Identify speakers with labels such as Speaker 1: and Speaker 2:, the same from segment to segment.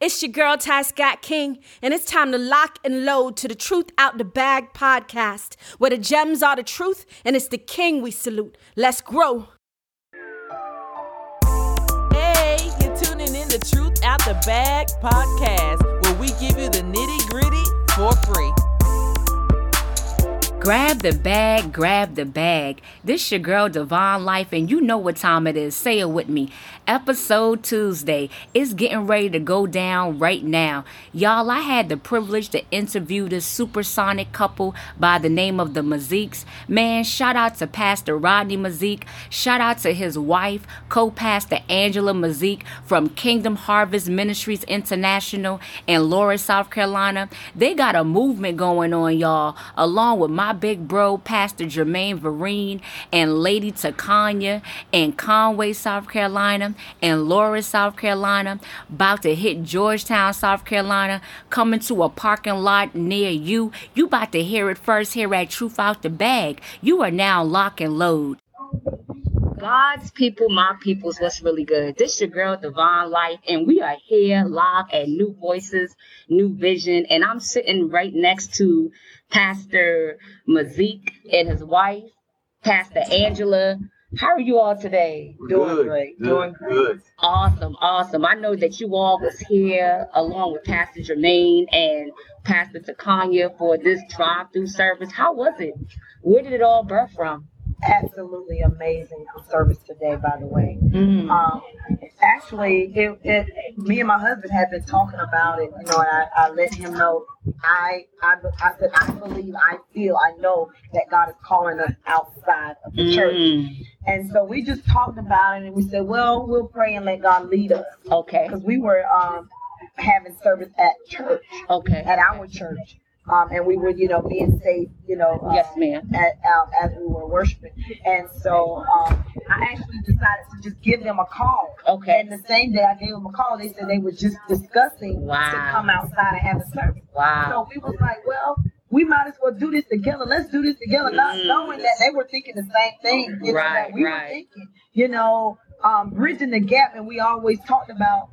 Speaker 1: It's your girl Ty Scott King, and it's time to lock and load to the Truth Out the Bag podcast, where the gems are the truth, and it's the king we salute. Let's grow.
Speaker 2: Hey, you're tuning in to Truth Out the Bag podcast, where we give you the nitty gritty for free.
Speaker 3: Grab the bag, grab the bag. This your girl Divine Life, and you know what time it is. Say it with me. Episode Tuesday. It's getting ready to go down right now. Y'all, I had the privilege to interview this supersonic couple by the name of the Maziques. Man, shout out to Pastor Rodney Mazik. Shout out to his wife, co-pastor Angela Mazik from Kingdom Harvest Ministries International in Laura, South Carolina. They got a movement going on, y'all, along with my big bro, Pastor Jermaine Vereen, and Lady Takanya in Conway, South Carolina, and Laura, South Carolina, about to hit Georgetown, South Carolina, coming to a parking lot near you. You about to hear it first here at Truth Out the Bag. You are now lock and load.
Speaker 4: God's people, my people's what's really good. This your girl, Divine Life, and we are here live at New Voices, New Vision, and I'm sitting right next to Pastor Mazik and his wife, Pastor Angela. How are you all today?
Speaker 5: Doing good, great. Good, doing great. Good.
Speaker 4: Awesome, awesome. I know that you all was here along with Pastor Jermaine and Pastor Takanya for this drive-through service. How was it? Where did it all birth from?
Speaker 5: absolutely amazing service today, by the way. Mm. Um, actually, it, it, me and my husband had been talking about it, you know, and I, I let him know. I, I, I said, I believe, I feel, I know that God is calling us outside of the
Speaker 4: Mm-hmm.
Speaker 5: mm. church. And so we just talked about it and we said, well, we'll pray and let God lead us.
Speaker 4: Okay.
Speaker 5: Because we were um, having service at church.
Speaker 4: Okay.
Speaker 5: At our church. Um, and we were, you know, being saved, you know,
Speaker 4: uh, yes, ma'am,
Speaker 5: at, um, as we were worshiping. And so um, I actually decided to just give them a call.
Speaker 4: Okay.
Speaker 5: And the same day I gave them a call, they said they were just discussing
Speaker 4: wow.
Speaker 5: to come outside and have a service.
Speaker 4: Wow.
Speaker 5: So we was like, well, we might as well do this together. Let's do this together, mm. not knowing that they were thinking the same thing. You
Speaker 4: right.
Speaker 5: Know, that we
Speaker 4: right.
Speaker 5: were thinking, you know, um, bridging the gap, and we always talked about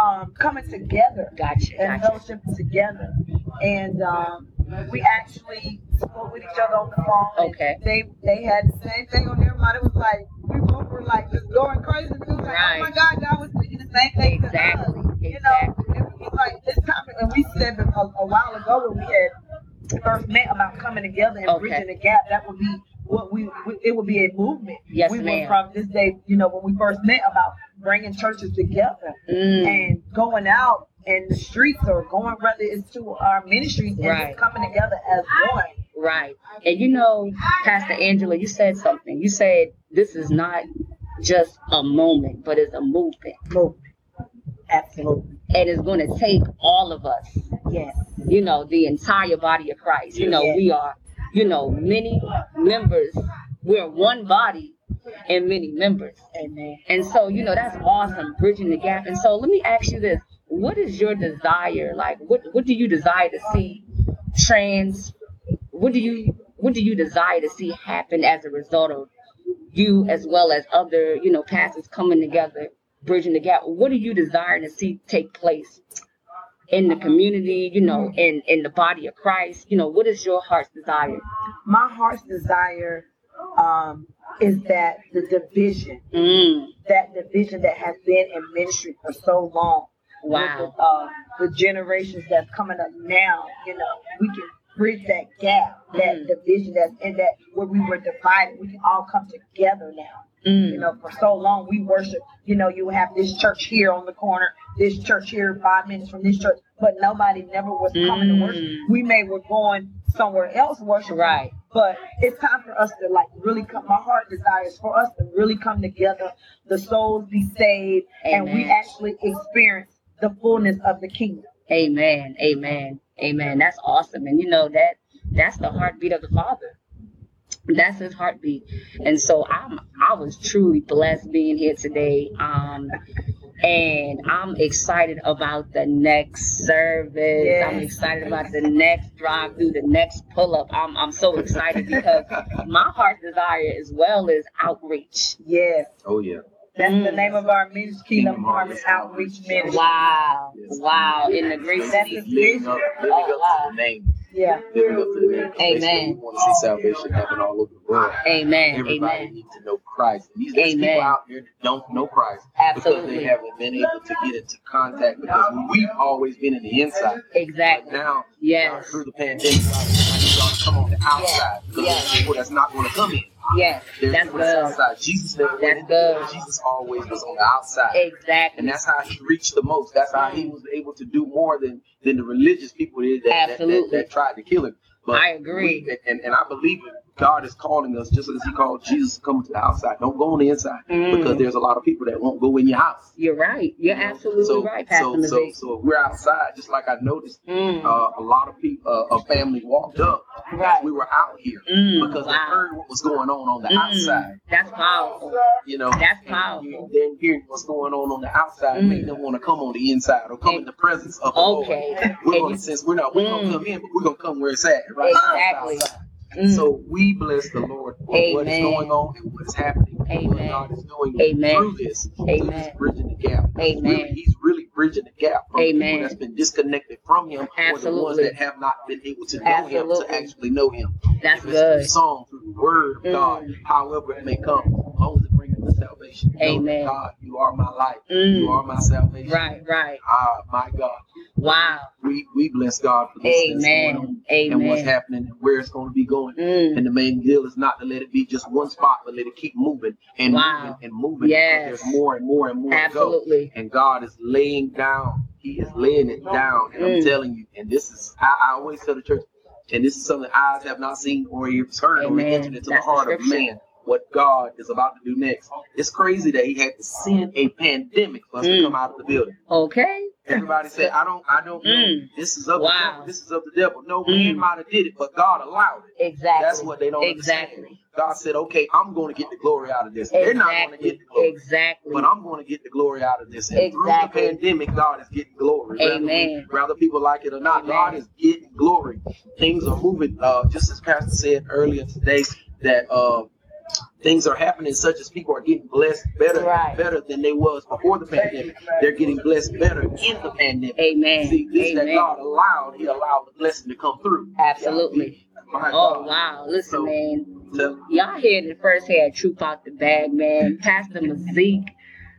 Speaker 5: um, coming together
Speaker 4: gotcha,
Speaker 5: and
Speaker 4: gotcha.
Speaker 5: fellowship together. And um, we actually spoke with each other on the phone.
Speaker 4: Okay.
Speaker 5: They they had the same thing on their mind. It was like we both were like just going crazy. It was like,
Speaker 4: Right.
Speaker 5: oh my God, God was thinking the same thing.
Speaker 4: Exactly,
Speaker 5: To us. You know,
Speaker 4: exactly.
Speaker 5: and we was like this topic, and we said that a, a while ago when we had first met about coming together and
Speaker 4: Okay.
Speaker 5: bridging the gap. That would be what we, we it would be a movement.
Speaker 4: Yes,
Speaker 5: we
Speaker 4: ma'am.
Speaker 5: were from this day, you know, when we first met about bringing churches together
Speaker 4: Mm.
Speaker 5: and going out in the streets or going whether it's to our ministries and
Speaker 4: Right.
Speaker 5: just coming together as one.
Speaker 4: Right. And you know, Pastor Angela, you said something. You said this is not just a moment, but it's a movement.
Speaker 5: Move. Absolutely.
Speaker 4: And it's going to take all of us,
Speaker 5: Yes.
Speaker 4: you know, the entire body of Christ. You know,
Speaker 5: Yes.
Speaker 4: we are, you know, many members. We're one body and many members.
Speaker 5: Amen.
Speaker 4: And so, you know, that's awesome, bridging the gap. And so let me ask you this. What is your desire? Like what what do you desire to see trans what do you what do you desire to see happen as a result of you as well as other, you know, pastors coming together, bridging the gap? What do you desire to see take place in the community, you know, in in the body of Christ? You know, what is your heart's desire?
Speaker 5: My heart's desire um, is that the division,
Speaker 4: Mm,
Speaker 5: that division that has been in ministry for so long.
Speaker 4: wow.
Speaker 5: With the, uh, the generations that's coming up now, you know, we can bridge that gap, that
Speaker 4: Mm.
Speaker 5: division that's in that where we were divided, we can all come together now. You
Speaker 4: Mm,
Speaker 5: know, for so long we worship, you know, you have this church here on the corner, this church here, five minutes from this church, but nobody never was coming to worship.
Speaker 4: Mm.
Speaker 5: We may were going somewhere else worship,
Speaker 4: right.
Speaker 5: but it's time for us to like really come. My heart desires for us to really come together, the souls be saved, and we
Speaker 4: Amen.
Speaker 5: actually experience the fullness of the kingdom.
Speaker 4: Amen. Amen. Amen. That's awesome. And you know that that's the heartbeat of the Father. That's his heartbeat. And so I'm I was truly blessed being here today. Um and I'm excited about the next service. I'm
Speaker 5: Yes.
Speaker 4: excited about the next drive through, the next pull up. I'm I'm so excited because my heart's desire as well is outreach.
Speaker 5: Yes,
Speaker 6: Oh yeah.
Speaker 5: That's
Speaker 4: Mm.
Speaker 5: the name of our ministry, Kingdom Harvest Outreach Ministry.
Speaker 4: Wow. Wow. In the great
Speaker 5: That's his
Speaker 4: city.
Speaker 6: Living
Speaker 5: vision.
Speaker 6: up, living up to the name.
Speaker 5: Yeah.
Speaker 6: Living up to the name.
Speaker 4: Amen.
Speaker 6: We want to see salvation happen all over the world.
Speaker 4: Amen.
Speaker 6: Everybody
Speaker 4: Amen.
Speaker 6: needs to know Christ. These there's
Speaker 4: Amen.
Speaker 6: people out here that don't know Christ because they
Speaker 4: Absolutely.
Speaker 6: haven't been able to get into contact because we've always been in the inside. But
Speaker 4: Exactly.
Speaker 6: now, now
Speaker 4: Yes.
Speaker 6: through the pandemic, I need y'all to come on the outside because
Speaker 4: Yeah.
Speaker 6: there's people that's not going to come in.
Speaker 4: Yes.
Speaker 6: There's
Speaker 4: That's
Speaker 6: people that's
Speaker 4: good.
Speaker 6: outside. Jesus never went
Speaker 4: That's
Speaker 6: in.
Speaker 4: good.
Speaker 6: Jesus always was on the outside. And
Speaker 4: Exactly.
Speaker 6: that's how he reached the most. That's how he was able to do more than than the religious people did that, that, that,
Speaker 4: Absolutely.
Speaker 6: that tried to kill him. But
Speaker 4: I agree.
Speaker 6: we- and, and I believe it. God is calling us just as he called Jesus to come to the outside. Don't go on the inside
Speaker 4: Mm.
Speaker 6: because there's a lot of people that won't go in your house.
Speaker 4: You're right. You're
Speaker 6: You know?
Speaker 4: absolutely
Speaker 6: so,
Speaker 4: right, Pastor
Speaker 6: So, so,
Speaker 4: Mazie.
Speaker 6: so if we're outside, just like I noticed
Speaker 4: Mm,
Speaker 6: uh, a lot of people, uh, a family walked up.
Speaker 4: Right.
Speaker 6: We were out here
Speaker 4: mm,
Speaker 6: because they
Speaker 4: wow.
Speaker 6: heard what was going on on the
Speaker 4: Mm,
Speaker 6: outside.
Speaker 4: That's powerful.
Speaker 6: You know,
Speaker 4: That's
Speaker 6: and
Speaker 4: powerful.
Speaker 6: you Then hearing what's going on on the outside,
Speaker 4: Mm.
Speaker 6: make them want to come on the inside or come in the presence of the Lord.
Speaker 4: Okay.
Speaker 6: We're
Speaker 4: And
Speaker 6: gonna
Speaker 4: you-
Speaker 6: since we're not we're gonna
Speaker 4: Mm.
Speaker 6: come in, but we're gonna come where it's at, right?
Speaker 4: Exactly.
Speaker 6: Outside.
Speaker 4: mm,
Speaker 6: So we bless the Lord for what is
Speaker 4: Amen.
Speaker 6: going on and what is happening and what
Speaker 4: Amen.
Speaker 6: God is doing
Speaker 4: Amen.
Speaker 6: through this. through
Speaker 4: Amen.
Speaker 6: this bridging the gap. That's
Speaker 4: Amen.
Speaker 6: really- he's really bridging the gap from
Speaker 4: Amen.
Speaker 6: people that's been disconnected from him or the ones
Speaker 4: Absolutely.
Speaker 6: that have not been able to know him
Speaker 4: Absolutely.
Speaker 6: to actually know him.
Speaker 4: that's
Speaker 6: If it's through
Speaker 4: good.
Speaker 6: song, through the word of
Speaker 4: Mm.
Speaker 6: God, however it may come, as long as it brings the salvation. You know,
Speaker 4: Amen.
Speaker 6: God, you are my life. You
Speaker 4: Mm,
Speaker 6: are my salvation.
Speaker 4: right, right.
Speaker 6: Ah, my God.
Speaker 4: Wow.
Speaker 6: We we bless God for this that's going on
Speaker 4: Amen.
Speaker 6: and what's
Speaker 4: Amen.
Speaker 6: happening and where it's going to be going.
Speaker 4: Mm,
Speaker 6: And the main deal is not to let it be just one spot, but let it keep moving and
Speaker 4: Wow.
Speaker 6: moving and moving.
Speaker 4: Yes.
Speaker 6: because There's more and more and more to
Speaker 4: absolutely.
Speaker 6: go. And God is laying down. He is laying it down. And I'm
Speaker 4: Mm.
Speaker 6: telling you, and this is, I, I always tell the church, and this is something eyes have not seen or ears heard or
Speaker 4: Amen.
Speaker 6: entered into
Speaker 4: That's
Speaker 6: the
Speaker 4: the
Speaker 6: heart of
Speaker 4: scripture.
Speaker 6: man. What God is about to do next. It's crazy that he had to send a pandemic for us
Speaker 4: Mm.
Speaker 6: to come out of the building.
Speaker 4: Okay.
Speaker 6: Everybody said, I don't, I don't know.
Speaker 4: Mm.
Speaker 6: This is of
Speaker 4: Wow.
Speaker 6: the devil. This is of the devil. No,
Speaker 4: Mm.
Speaker 6: man might have did it, but God allowed it.
Speaker 4: Exactly.
Speaker 6: That's what they don't
Speaker 4: Exactly.
Speaker 6: understand. God said, okay, I'm going to get the glory out of this. They're not going to
Speaker 4: Exactly.
Speaker 6: get the glory,
Speaker 4: Exactly.
Speaker 6: but I'm going to get the glory out of this. And
Speaker 4: Exactly.
Speaker 6: through the pandemic, God is getting glory. whether we-
Speaker 4: Amen.
Speaker 6: Whether people like it or not,
Speaker 4: Amen.
Speaker 6: God is getting glory. Things are moving. Uh, just as Pastor said earlier today, that uh, things are happening such as people are getting blessed better,
Speaker 4: Right.
Speaker 6: better than they was before the pandemic. They're getting blessed better in the pandemic.
Speaker 4: Amen.
Speaker 6: See, this that
Speaker 4: Amen.
Speaker 6: God allowed, He allowed the blessing to come through.
Speaker 4: Absolutely.
Speaker 6: My
Speaker 4: Oh
Speaker 6: God.
Speaker 4: wow. Listen,
Speaker 6: So-
Speaker 4: man.
Speaker 6: So,
Speaker 4: Y'all heard it first here at Troop Out the Bag, man. Pastor Mazik.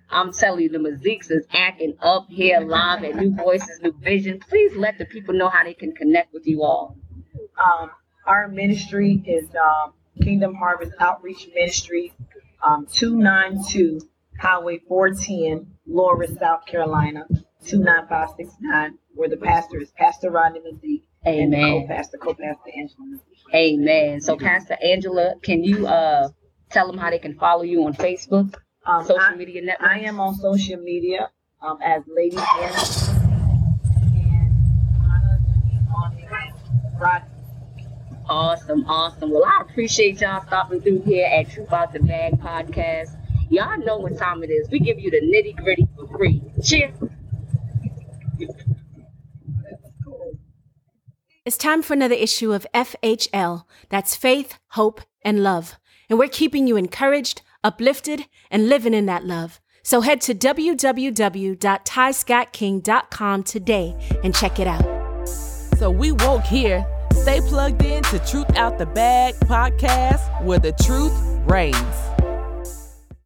Speaker 4: I'm telling you, the Maziks is acting up here live at New Voices, New Vision. Please let the people know how they can connect with you all.
Speaker 5: Um, our ministry is um, Kingdom Harvest Outreach Ministry, um, 292 Highway 410, Laura, South Carolina, 29569, where the pastor is Pastor Rodney McGee and
Speaker 4: Amen.
Speaker 5: co-pastor, co-pastor Angela. Mazzee.
Speaker 4: Amen. So, Pastor Angela, can you uh tell them how they can follow you on Facebook,
Speaker 5: Um,
Speaker 4: social
Speaker 5: I-
Speaker 4: media network?
Speaker 5: I am on social media um, as Lady Anna and Anna Denise on there. Rod-
Speaker 4: Awesome, awesome. Well, I appreciate y'all stopping through here at Troop Out the Bag podcast. Y'all know what time it is. We give you the nitty gritty for free. Cheers.
Speaker 1: It's time for another issue of FHL. That's faith, hope, and love. And we're keeping you encouraged, uplifted, and living in that love. So head to www.tyscottking.com today and check it out.
Speaker 2: So we woke here. Stay plugged in to Truth Out the Bag podcast where the truth reigns.